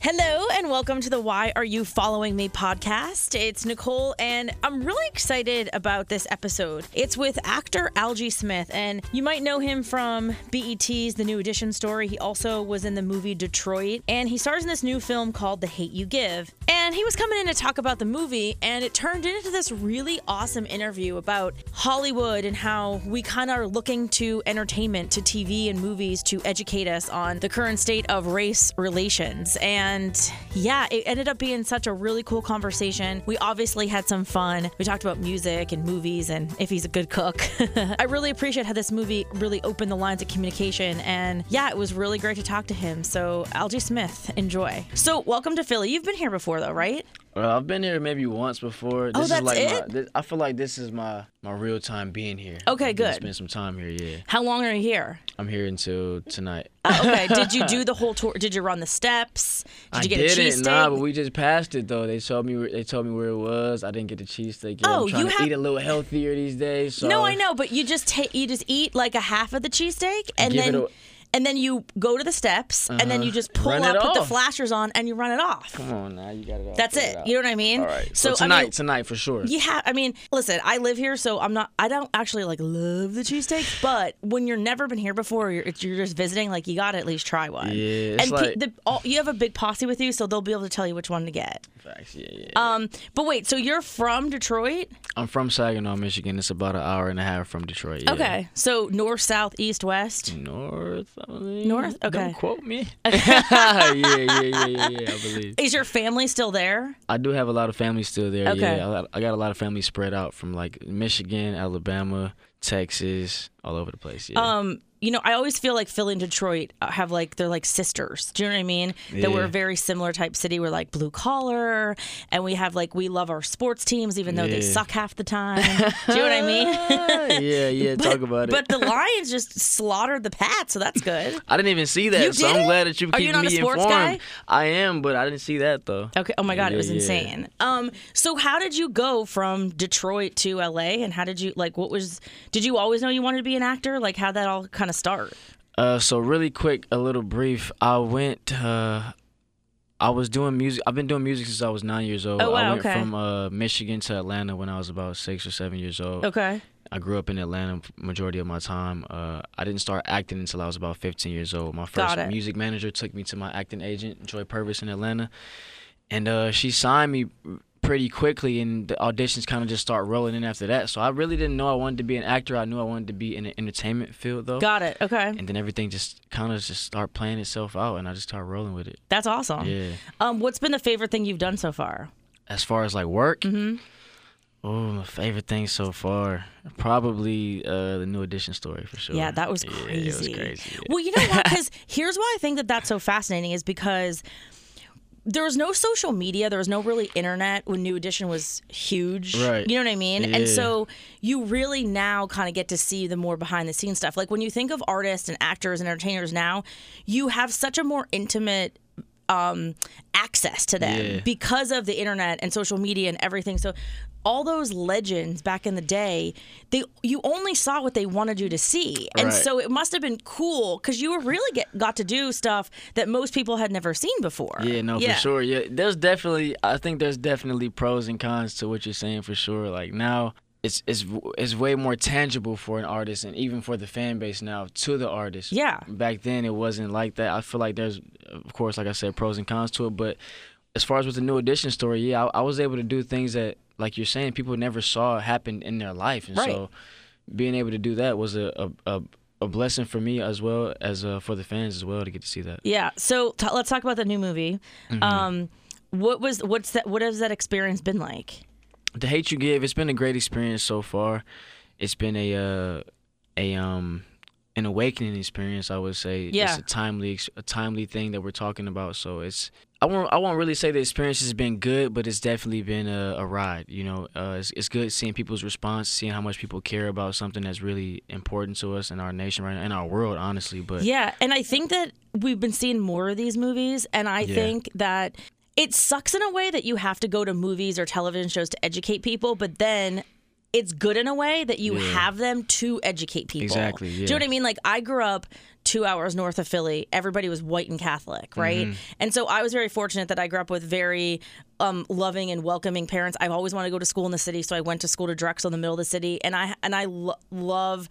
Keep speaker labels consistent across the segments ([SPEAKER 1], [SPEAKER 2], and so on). [SPEAKER 1] Hello and welcome to the Why Are You Following Me podcast. It's Nicole and I'm really excited about this episode. It's with actor Algie Smith and you might know him from BET's The New Edition story. He also was in the movie Detroit and he stars in this new film called The Hate You Give. And he was coming in to talk about the movie and it turned into this really awesome interview about Hollywood and how we kind of are looking to entertainment, to TV and movies to educate us on the current state of race relations. And yeah, it ended up being such a really cool conversation. We obviously had some fun. We talked about music and movies and if he's a good cook. I really appreciate how this movie really opened the lines of communication. And yeah, it was really great to talk to him. So, Algie Smith, enjoy. So, welcome to Philly. You've been here before, though, right?
[SPEAKER 2] Well, I've been here maybe once before. This
[SPEAKER 1] Oh, that's
[SPEAKER 2] is like
[SPEAKER 1] it?
[SPEAKER 2] My, this, I feel like this is my my real time being here.
[SPEAKER 1] Okay,
[SPEAKER 2] I'm gonna
[SPEAKER 1] good.
[SPEAKER 2] Spend some time here. Yeah,
[SPEAKER 1] How long are you here?
[SPEAKER 2] I'm here until tonight.
[SPEAKER 1] Oh, okay. did you do the whole tour? Did you run the steps? Did
[SPEAKER 2] I
[SPEAKER 1] you get a
[SPEAKER 2] did
[SPEAKER 1] cheesesteak?
[SPEAKER 2] it, nah, but we just passed it though. They told me where- they told me where it was. I didn't get the cheesesteak. yet.
[SPEAKER 1] Oh,
[SPEAKER 2] I'm trying
[SPEAKER 1] you
[SPEAKER 2] to
[SPEAKER 1] have-
[SPEAKER 2] eat a little healthier these days. So
[SPEAKER 1] no, I know, but you just ta- you just eat like a half of the cheesesteak and
[SPEAKER 2] Give it
[SPEAKER 1] then
[SPEAKER 2] a- Uh-huh.
[SPEAKER 1] and then you go to the steps and then you just pull
[SPEAKER 2] Run
[SPEAKER 1] up,
[SPEAKER 2] it
[SPEAKER 1] put the
[SPEAKER 2] off.
[SPEAKER 1] flashers on, and you run it off.
[SPEAKER 2] Come on, now you got it. All
[SPEAKER 1] That's
[SPEAKER 2] figured
[SPEAKER 1] it.
[SPEAKER 2] out.
[SPEAKER 1] You know what I mean?
[SPEAKER 2] All right.
[SPEAKER 1] So,
[SPEAKER 2] So
[SPEAKER 1] I mean-
[SPEAKER 2] tonight, tonight for sure.
[SPEAKER 1] Yeah, I mean, listen, I live here, so I'm not. I don't actually like love the cheesesteaks, but when you're never been here before, you're, you're just visiting, like you got to at least try one.
[SPEAKER 2] Yeah, it's
[SPEAKER 1] and
[SPEAKER 2] like-
[SPEAKER 1] the, all, you have a big posse with you, so they'll be able to tell you which one to get.
[SPEAKER 2] Facts, yeah, yeah.
[SPEAKER 1] Um, but wait, so you're from Detroit?
[SPEAKER 2] I'm from Saginaw, Michigan. It's about an hour and a half from Detroit. yeah. Mm.
[SPEAKER 1] Okay, so north, south, east, west.
[SPEAKER 2] North, I believe.
[SPEAKER 1] North? Okay.
[SPEAKER 2] Don't quote me. yeah, yeah, yeah, yeah, yeah. I believe.
[SPEAKER 1] Is your family still there?
[SPEAKER 2] I do have a lot of family still there.
[SPEAKER 1] Okay.
[SPEAKER 2] Yeah, I got- I got a lot of family spread out from like Michigan, Alabama, Texas, all over the place. Yeah.
[SPEAKER 1] Um, you know, I always feel like Philly and Detroit uh, have like they're like sisters. Do you know what I mean? That we're a
[SPEAKER 2] Yeah.
[SPEAKER 1] very similar type city. We're like blue collar, and we have like we love our sports teams, even though they
[SPEAKER 2] Yeah.
[SPEAKER 1] suck half the time. Do you know what I mean?
[SPEAKER 2] yeah, yeah. talk about it.
[SPEAKER 1] But the Lions just slaughtered the Pats, so that's good.
[SPEAKER 2] I didn't even see that,
[SPEAKER 1] You
[SPEAKER 2] so
[SPEAKER 1] didn't?
[SPEAKER 2] I'm glad that you
[SPEAKER 1] Are
[SPEAKER 2] keep
[SPEAKER 1] you not a
[SPEAKER 2] me
[SPEAKER 1] sports guy?
[SPEAKER 2] informed. I am, but I didn't see that though.
[SPEAKER 1] Okay. Oh my God, it
[SPEAKER 2] Yeah,
[SPEAKER 1] was
[SPEAKER 2] yeah.
[SPEAKER 1] insane. Um. So how did you go from Detroit to LA, and how did you like? What was? Did you always know you wanted to be an actor? Like how that all kind of start?
[SPEAKER 2] Uh, so really quick, a little brief. I went. Uh, I was doing music. I've been doing music since I was nine years old.
[SPEAKER 1] Oh, wow,
[SPEAKER 2] I went
[SPEAKER 1] okay.
[SPEAKER 2] from uh, Michigan to Atlanta when I was about six or seven years old.
[SPEAKER 1] Okay.
[SPEAKER 2] I grew up in Atlanta f- majority of my time. Uh, I didn't start acting until I was about 15 years old. My
[SPEAKER 1] Got
[SPEAKER 2] first
[SPEAKER 1] it.
[SPEAKER 2] music manager took me to my acting agent, Joy Purvis in Atlanta, and uh, she signed me pretty quickly, and the auditions kind of just start rolling in after that. So I really didn't know I wanted to be an actor. I knew I wanted to be in the entertainment field though.
[SPEAKER 1] Got it. Okay.
[SPEAKER 2] and then everything just kind of just start playing itself out, and I just start rolling with it.
[SPEAKER 1] That's awesome.
[SPEAKER 2] Yeah.
[SPEAKER 1] Um, what's been the favorite thing you've done so far?
[SPEAKER 2] As far as like work,
[SPEAKER 1] Mm-hmm.
[SPEAKER 2] oh, my favorite thing so far, probably uh, the new edition story for sure.
[SPEAKER 1] Yeah, that was
[SPEAKER 2] Yeah,
[SPEAKER 1] crazy.
[SPEAKER 2] it was crazy. yeah.
[SPEAKER 1] Well, you know what? Because here's why I think that that's so fascinating is because there was no social media, there was no really internet when New Edition was huge.
[SPEAKER 2] Right.
[SPEAKER 1] You know what I mean? And
[SPEAKER 2] Yeah.
[SPEAKER 1] so you really now kind of get to see the more behind the scenes stuff. Like when you think of artists and actors and entertainers now, you have such a more intimate um, access to them
[SPEAKER 2] Yeah.
[SPEAKER 1] because of the internet and social media and everything. So all those legends back in the day, they you only saw what they wanted you to see, and
[SPEAKER 2] Right.
[SPEAKER 1] so it must have been cool because you were really get, got to do stuff that most people had never seen before.
[SPEAKER 2] Yeah, no, for sure. Yeah, there's definitely. I think there's definitely pros and cons to what you're saying for sure. Like now, it's it's it's way more tangible for an artist and even for the fan base now to the artist.
[SPEAKER 1] Yeah.
[SPEAKER 2] Back then, it wasn't like that. I feel like there's, of course, like I said, pros and cons to it. But as far as with the new edition story, yeah, I, I was able to do things that, like you're saying, people never saw happen in their life, and
[SPEAKER 1] Right.
[SPEAKER 2] so being able to do that was a a, a, a blessing for me as well as uh, for the fans as well to get to see that.
[SPEAKER 1] Yeah. So t- let's talk about the new movie.
[SPEAKER 2] Mm-hmm.
[SPEAKER 1] Um, what was what's that? What has that experience been like?
[SPEAKER 2] the hate you give it's been a great experience so far it's been a uh, a um an awakening experience i would say
[SPEAKER 1] Yeah.
[SPEAKER 2] it's a timely ex- a timely thing that we're talking about so it's i won't i won't really say the experience has been good but it's definitely been a, a ride you know uh, it's, it's good seeing people's response seeing how much people care about something that's really important to us in our nation right now in our world honestly but
[SPEAKER 1] Yeah, and I think that we've been seeing more of these movies, and I
[SPEAKER 2] Yeah.
[SPEAKER 1] think that it sucks in a way that you have to go to movies or television shows to educate people, but then it's good in a way that you
[SPEAKER 2] Yeah.
[SPEAKER 1] have them to educate people.
[SPEAKER 2] Exactly,
[SPEAKER 1] Do you know
[SPEAKER 2] yeah.
[SPEAKER 1] what I mean? Like I grew up two hours north of Philly, everybody was white and Catholic, right?
[SPEAKER 2] Mm-hmm.
[SPEAKER 1] And so I was very fortunate that I grew up with very um, loving and welcoming parents. I always wanted to go to school in the city, so I went to school to Drexel in the middle of the city, and I and I lo- love.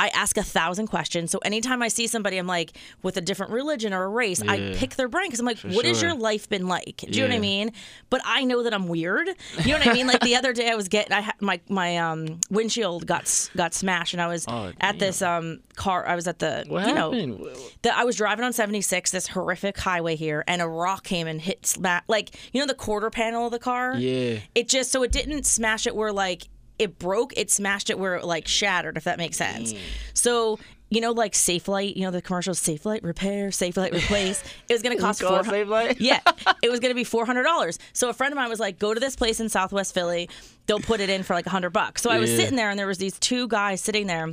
[SPEAKER 1] I ask a thousand questions. So anytime I see somebody, I'm like, with a different religion or a race, I
[SPEAKER 2] Yeah.
[SPEAKER 1] pick their brain because I'm like, what has
[SPEAKER 2] sure.
[SPEAKER 1] your life been like? Do you know what I
[SPEAKER 2] Yeah.
[SPEAKER 1] mean? But I know that I'm weird. You know what I mean? Like the other day, I was getting I ha- my my um windshield got s- got smashed, and I was
[SPEAKER 2] Oh,
[SPEAKER 1] at this um car. I was at the
[SPEAKER 2] What
[SPEAKER 1] you know
[SPEAKER 2] happened?
[SPEAKER 1] that I was driving on 76, this horrific highway here, and a rock came and hit sma- like you know the quarter panel of the car.
[SPEAKER 2] yeah.
[SPEAKER 1] It just so it didn't smash it where like it broke. It smashed it where it like shattered. If that makes sense.
[SPEAKER 2] Mm.
[SPEAKER 1] So. You know, like Safe Light, you know, the commercial Safe Light repair, Safe Light replace. It was going to cost
[SPEAKER 2] Call
[SPEAKER 1] four
[SPEAKER 2] it Save Life?
[SPEAKER 1] yeah, it was going to be four hundred dollars. So a friend of mine was like, "Go to this place in Southwest Philly. They'll put it in for like a hundred bucks." So I was
[SPEAKER 2] Yeah.
[SPEAKER 1] sitting there, and there was these two guys sitting there.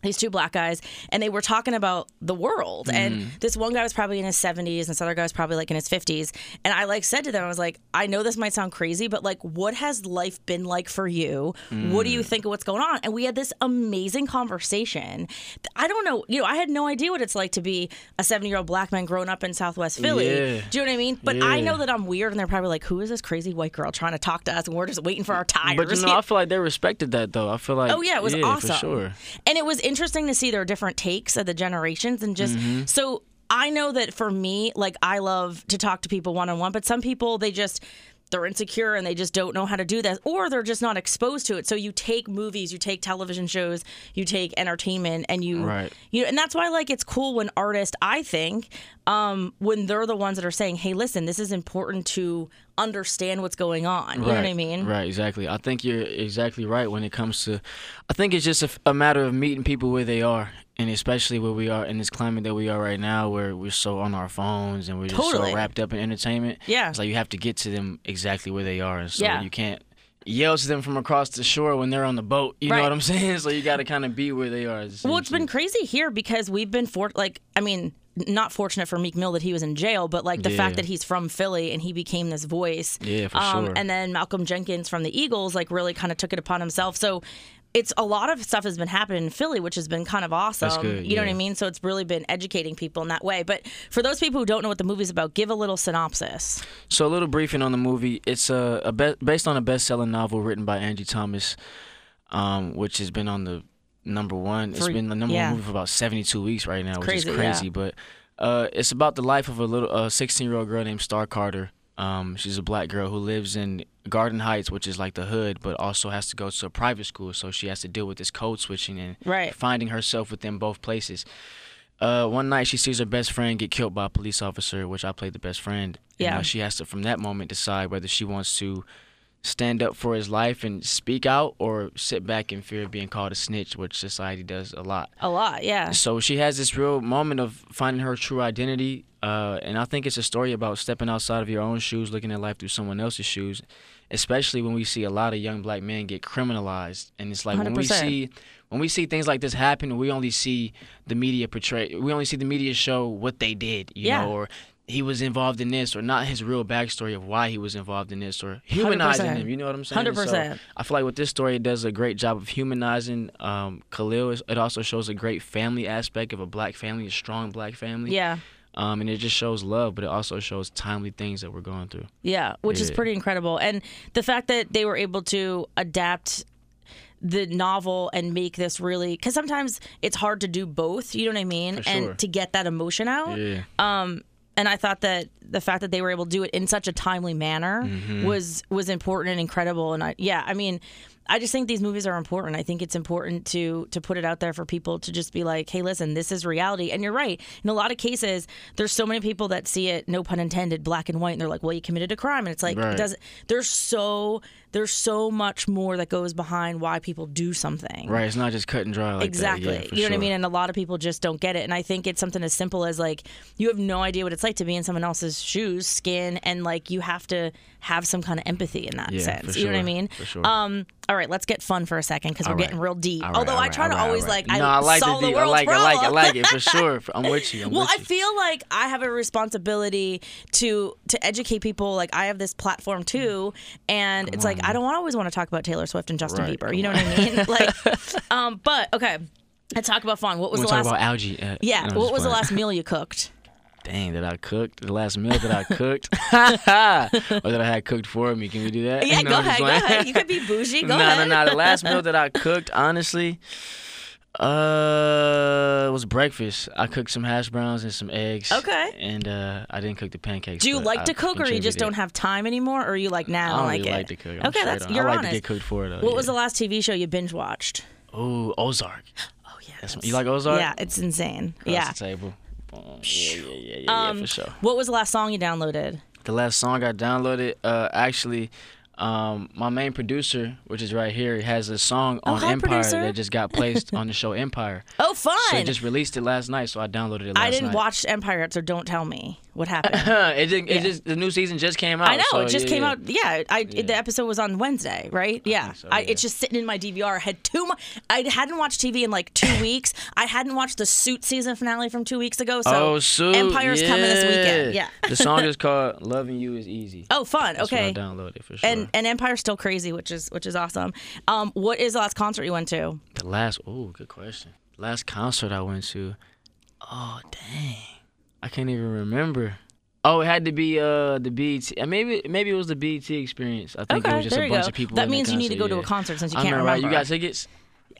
[SPEAKER 1] These two black guys, and they were talking about the world.
[SPEAKER 2] Mm.
[SPEAKER 1] And this one guy was probably in his 70s, and this other guy was probably like in his 50s. And I like said to them, I was like, I know this might sound crazy, but like, what has life been like for you? What
[SPEAKER 2] Mm.
[SPEAKER 1] do you think of what's going on? And we had this amazing conversation. I don't know, you know, I had no idea what it's like to be a 70 year old black man grown up in Southwest Philly.
[SPEAKER 2] Yeah.
[SPEAKER 1] Do you know what I mean? But I
[SPEAKER 2] Yeah.
[SPEAKER 1] know that I'm weird, and they're probably like, "Who is this crazy white girl trying to talk to us?" And we're just waiting for our tires.
[SPEAKER 2] But you know, I feel like they respected that though. I feel like
[SPEAKER 1] Oh yeah, it was awesome.
[SPEAKER 2] for sure.
[SPEAKER 1] And it was interesting to see their different takes of the generations and just
[SPEAKER 2] Mm-hmm.
[SPEAKER 1] so I know that for me, like I love to talk to people one on one, but some people they just they're insecure and they just don't know how to do that or they're just not exposed to it. So you take movies, you take television shows, you take entertainment and you
[SPEAKER 2] Right.
[SPEAKER 1] you know, and that's why like it's cool when artists, I think, um, when they're the ones that are saying, Hey, listen, this is important to understand what's going on. You know what I mean?
[SPEAKER 2] Right, exactly. I think you're exactly right when it comes to. I think it's just a, f- a matter of meeting people where they are, and especially where we are in this climate that we are right now, where we're so on our phones and we're just
[SPEAKER 1] Totally.
[SPEAKER 2] so wrapped up in entertainment.
[SPEAKER 1] Yeah.
[SPEAKER 2] it's like you have to get to them exactly where they are, and so
[SPEAKER 1] Yeah.
[SPEAKER 2] you can't yell to them from across the shore when they're on the boat. You
[SPEAKER 1] Right.
[SPEAKER 2] know what I'm saying? So you got to kind of be where they are.
[SPEAKER 1] Well, it's been crazy here because we've been for like I mean, not fortunate for Meek Mill that he was in jail, but like the fact
[SPEAKER 2] Yeah.
[SPEAKER 1] that he's from Philly and he became this voice. um,
[SPEAKER 2] Yeah, for sure.
[SPEAKER 1] And then Malcolm Jenkins from the Eagles like really kind of took it upon himself. So it's a lot of stuff has been happening in Philly, which has been kind of awesome.
[SPEAKER 2] good,
[SPEAKER 1] you know what I
[SPEAKER 2] yeah.
[SPEAKER 1] mean? So it's really been educating people in that way. But for those people who don't know what the movie's about, give a little synopsis.
[SPEAKER 2] So a little briefing on the movie. It's a, a be- based on a best-selling novel written by Angie Thomas, um, which has been on the number one. it's
[SPEAKER 1] For-
[SPEAKER 2] been the number
[SPEAKER 1] yeah.
[SPEAKER 2] one movie for about seventy-two weeks right now, which
[SPEAKER 1] crazy, yeah.
[SPEAKER 2] is crazy. But uh, it's about the life of a little a sixteen-year-old girl named Star Carter. Um, she's a black girl who lives in Garden Heights, which is like the hood, but also has to go to a private school, so she has to deal with this code switching and
[SPEAKER 1] Right.
[SPEAKER 2] finding herself within both places. Uh, one night she sees her best friend get killed by a police officer, which I played the best friend. And,
[SPEAKER 1] Yeah.
[SPEAKER 2] uh, she has to, from that moment, decide whether she wants to stand up for his life and speak out, or sit back in fear of being called a snitch, which society does a lot.
[SPEAKER 1] A lot, yeah.
[SPEAKER 2] So she has this real moment of finding her true identity, uh, and I think it's a story about stepping outside of your own shoes, looking at life through someone else's shoes, especially when we see a lot of young black men get criminalized, and it's like when we
[SPEAKER 1] 100%.
[SPEAKER 2] see when we see things like this happen, we only see the media portray, we only see the media show what they did, you
[SPEAKER 1] Yeah.
[SPEAKER 2] know, or he was involved in this, or not his real backstory of why he was involved in this, or humanizing
[SPEAKER 1] 100%.
[SPEAKER 2] him. You know what I'm saying?
[SPEAKER 1] 100%.
[SPEAKER 2] So I feel like with this story, it does a great job of humanizing um, Khalil. It's- It also shows a great family aspect of a black family, a strong black family.
[SPEAKER 1] Yeah.
[SPEAKER 2] Um, and it just shows love, but it also shows timely things that we're going through.
[SPEAKER 1] Yeah, which is
[SPEAKER 2] Yeah.
[SPEAKER 1] pretty incredible. And the fact that they were able to adapt the novel and make this really because sometimes it's hard to do both you know what i mean
[SPEAKER 2] sure.
[SPEAKER 1] and to get that emotion out
[SPEAKER 2] Yeah.
[SPEAKER 1] and i thought that the fact that they were able to do it in such a timely manner was was important and incredible and i yeah i mean i just think these movies are important i think it's important to to put it out there for people to just be like hey listen this is reality and you're right in a lot of cases there's so many people that see it no pun intended black and white and they're like well you committed a crime and it's like it
[SPEAKER 2] Right.
[SPEAKER 1] doesn't there's so there's so much more that goes behind why people do something
[SPEAKER 2] right. It's not just cut and dry. Like
[SPEAKER 1] Exactly.
[SPEAKER 2] That. Yeah, for
[SPEAKER 1] you know what I
[SPEAKER 2] sure.
[SPEAKER 1] mean? And a lot of people just don't get it. And I think it's something as simple as like you have no idea what it's like to be in someone else's shoes, skin, and like you have to have some kind of empathy in that
[SPEAKER 2] Yeah,
[SPEAKER 1] sense.
[SPEAKER 2] for
[SPEAKER 1] You know what I
[SPEAKER 2] sure,
[SPEAKER 1] mean?
[SPEAKER 2] for sure.
[SPEAKER 1] Um, all right, let's get fun for a second because we're
[SPEAKER 2] right.
[SPEAKER 1] getting real deep.
[SPEAKER 2] All right,
[SPEAKER 1] Although
[SPEAKER 2] all
[SPEAKER 1] I try to
[SPEAKER 2] right, all right,
[SPEAKER 1] always
[SPEAKER 2] all
[SPEAKER 1] like
[SPEAKER 2] right.
[SPEAKER 1] I
[SPEAKER 2] no, I like
[SPEAKER 1] solve
[SPEAKER 2] the,
[SPEAKER 1] the
[SPEAKER 2] deep-
[SPEAKER 1] world's
[SPEAKER 2] I like
[SPEAKER 1] problem.
[SPEAKER 2] it. I like it. I like it for sure. I'm with you. I'm
[SPEAKER 1] Well,
[SPEAKER 2] with
[SPEAKER 1] I
[SPEAKER 2] you.
[SPEAKER 1] feel like I have a responsibility to to educate people. Like I have this platform too, and it's like I don't always want to talk about Taylor Swift and Justin
[SPEAKER 2] Right,
[SPEAKER 1] Bieber.
[SPEAKER 2] come
[SPEAKER 1] You know what I mean? like, um, but okay. Let's talk about fun. What was
[SPEAKER 2] We're
[SPEAKER 1] the
[SPEAKER 2] talking
[SPEAKER 1] last?
[SPEAKER 2] about algae. Uh,
[SPEAKER 1] yeah.
[SPEAKER 2] no,
[SPEAKER 1] what
[SPEAKER 2] I'm just
[SPEAKER 1] was the
[SPEAKER 2] playing.
[SPEAKER 1] last meal you cooked?
[SPEAKER 2] Dang, that I cooked? The last meal that I cooked? or that I had cooked for me? Can we do that?
[SPEAKER 1] Yeah.
[SPEAKER 2] No,
[SPEAKER 1] go
[SPEAKER 2] I'm
[SPEAKER 1] ahead.
[SPEAKER 2] just
[SPEAKER 1] Go
[SPEAKER 2] playing.
[SPEAKER 1] ahead. You could be bougie. Go
[SPEAKER 2] no,
[SPEAKER 1] ahead.
[SPEAKER 2] no, no. The last meal that I cooked, honestly, uh, was breakfast. I cooked some hash browns and some eggs.
[SPEAKER 1] Okay.
[SPEAKER 2] And uh, I didn't cook the pancakes.
[SPEAKER 1] Do you
[SPEAKER 2] but
[SPEAKER 1] like
[SPEAKER 2] I
[SPEAKER 1] to cook, or you just
[SPEAKER 2] contributed.
[SPEAKER 1] don't have time anymore, or you like now
[SPEAKER 2] I don't
[SPEAKER 1] like
[SPEAKER 2] really
[SPEAKER 1] it?
[SPEAKER 2] like to cook. I'm
[SPEAKER 1] okay,
[SPEAKER 2] straight
[SPEAKER 1] that's
[SPEAKER 2] on.
[SPEAKER 1] you're
[SPEAKER 2] I like
[SPEAKER 1] honest.
[SPEAKER 2] to get cooked for it. Though,
[SPEAKER 1] what was the last TV show you binge watched?
[SPEAKER 2] Oh, Ozark.
[SPEAKER 1] Oh yeah.
[SPEAKER 2] That's my- you like Ozark?
[SPEAKER 1] Yeah, it's insane.
[SPEAKER 2] Across
[SPEAKER 1] yeah.
[SPEAKER 2] The table. Oh, yeah, yeah, yeah, yeah, yeah, for sure.
[SPEAKER 1] Um, What was the last song you downloaded?
[SPEAKER 2] the last song I downloaded, uh, actually, um, my main producer, which is right here, has a song on
[SPEAKER 1] Oh, hi,
[SPEAKER 2] Empire
[SPEAKER 1] producer.
[SPEAKER 2] that just got placed on the show Empire.
[SPEAKER 1] Oh, fun!
[SPEAKER 2] So he just released it last night, so I downloaded it last night.
[SPEAKER 1] I didn't watch Empire, yet, so don't tell me what happened.
[SPEAKER 2] it just, it just the new season just came out.
[SPEAKER 1] I know
[SPEAKER 2] Oh, so
[SPEAKER 1] it just
[SPEAKER 2] yeah,
[SPEAKER 1] came
[SPEAKER 2] yeah.
[SPEAKER 1] out. Yeah, I the episode was on Wednesday, right? yeah,
[SPEAKER 2] so,
[SPEAKER 1] I,
[SPEAKER 2] yeah.
[SPEAKER 1] it's just sitting in my DVR. I had too much. I hadn't watched TV in like two weeks. I hadn't watched the Suit season finale from two weeks ago. So
[SPEAKER 2] Oh, so
[SPEAKER 1] Empire's coming this weekend. Yeah.
[SPEAKER 2] the song is called "Loving You Is Easy."
[SPEAKER 1] Oh, fun.
[SPEAKER 2] That's
[SPEAKER 1] okay.
[SPEAKER 2] what I downloaded for sure.
[SPEAKER 1] and and Empire's still crazy, which is which is awesome. Um, what is the last concert you went to?
[SPEAKER 2] the last, oh, good question. Last concert I went to. Oh dang, I can't even remember. Oh, it had to be uh the BET. uh, Maybe maybe it was the BET experience. I think it was just
[SPEAKER 1] there
[SPEAKER 2] a
[SPEAKER 1] you
[SPEAKER 2] bunch
[SPEAKER 1] go.
[SPEAKER 2] of people.
[SPEAKER 1] That
[SPEAKER 2] in the
[SPEAKER 1] means you need to go to a
[SPEAKER 2] concert, yeah.
[SPEAKER 1] concert since you
[SPEAKER 2] I
[SPEAKER 1] can't
[SPEAKER 2] know,
[SPEAKER 1] remember.
[SPEAKER 2] right? You got tickets?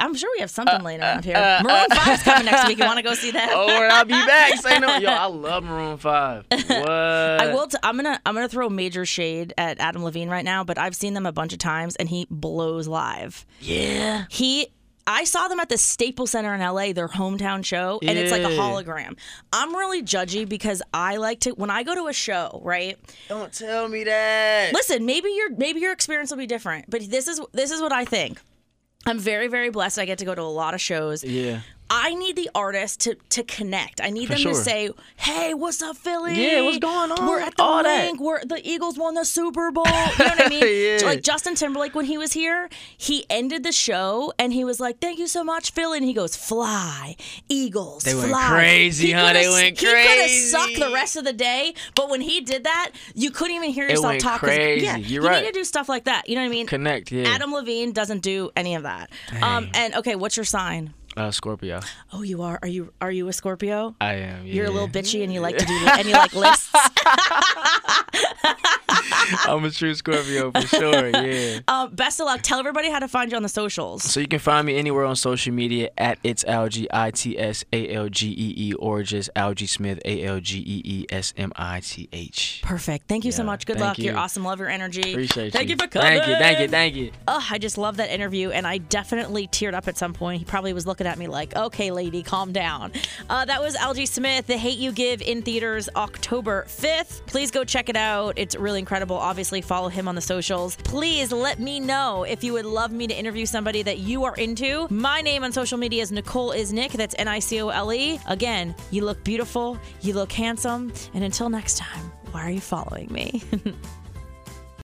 [SPEAKER 1] I'm sure we have
[SPEAKER 2] Uh,
[SPEAKER 1] something laying around here. Maroon 5's coming next week. You want to go see that?
[SPEAKER 2] Oh, and I'll be back. Say no, yo, I love Maroon Five. What?
[SPEAKER 1] I will. T- I'm gonna. I'm gonna throw major shade at Adam Levine right now, but I've seen them a bunch of times, and he blows live.
[SPEAKER 2] Yeah.
[SPEAKER 1] He. I saw them at the Staples Center in LA, their hometown show, and it's like a
[SPEAKER 2] Yeah.
[SPEAKER 1] hologram. I'm really judgy because I like to when I go to a show, right?
[SPEAKER 2] Don't tell me that.
[SPEAKER 1] Listen, maybe your maybe your experience will be different, but this is this is what I think. I'm very very blessed. I get to go to a lot of shows.
[SPEAKER 2] Yeah.
[SPEAKER 1] I need the artist to to connect. I need them to
[SPEAKER 2] sure.
[SPEAKER 1] say, "Hey, what's up, Philly?
[SPEAKER 2] Yeah, what's going on?
[SPEAKER 1] We're at the
[SPEAKER 2] All that."
[SPEAKER 1] link. We're the Eagles won the Super Bowl. You know what I mean?
[SPEAKER 2] Yeah.
[SPEAKER 1] Like Justin Timberlake when he was here, he ended the show and he was like, "Thank you so much, Philly," and he goes, "Fly, Eagles,
[SPEAKER 2] They went
[SPEAKER 1] fly."
[SPEAKER 2] crazy,
[SPEAKER 1] He
[SPEAKER 2] huh?
[SPEAKER 1] coulda-
[SPEAKER 2] They went
[SPEAKER 1] He could have
[SPEAKER 2] crazy.
[SPEAKER 1] sucked the rest of the day, but when he did that, you couldn't even hear yourself
[SPEAKER 2] went
[SPEAKER 1] talk. 'cause-
[SPEAKER 2] crazy.
[SPEAKER 1] Yeah,
[SPEAKER 2] You're
[SPEAKER 1] you
[SPEAKER 2] right.
[SPEAKER 1] need to do stuff like that. You know what I mean?
[SPEAKER 2] Connect. Yeah.
[SPEAKER 1] Adam Levine doesn't do any of that. Um, and okay, what's your sign?
[SPEAKER 2] Uh, Scorpio.
[SPEAKER 1] Oh, you are. Are you are you a Scorpio?
[SPEAKER 2] I am. Yeah.
[SPEAKER 1] You're a little bitchy and you like to do and you like lists.
[SPEAKER 2] I'm a true Scorpio for sure. Yeah.
[SPEAKER 1] Um, best of luck. Tell everybody how to find you on the socials.
[SPEAKER 2] So you can find me anywhere on social media at it's algae i t s a l g e e or just algae smith a l g e e s m i t h.
[SPEAKER 1] Perfect. Thank you so
[SPEAKER 2] Yeah,
[SPEAKER 1] much. Good
[SPEAKER 2] thank
[SPEAKER 1] luck. You. are
[SPEAKER 2] you.
[SPEAKER 1] awesome. Love your energy.
[SPEAKER 2] Appreciate
[SPEAKER 1] thank
[SPEAKER 2] you.
[SPEAKER 1] you. for coming.
[SPEAKER 2] Thank you. Thank you. Thank you.
[SPEAKER 1] Oh, I just love that interview, and I definitely teared up at some point. He probably was looking at me like, okay, lady, calm down. Uh, that was Algie Smith, The Hate You Give in theaters October 5th. Please go check it out. It's really incredible. Obviously, follow him on the socials. Please let me know if you would love me to interview somebody that you are into. My name on social media is Nicole Is Nick. That's N I C O L E. Again, you look beautiful, you look handsome, and until next time, why are you following me?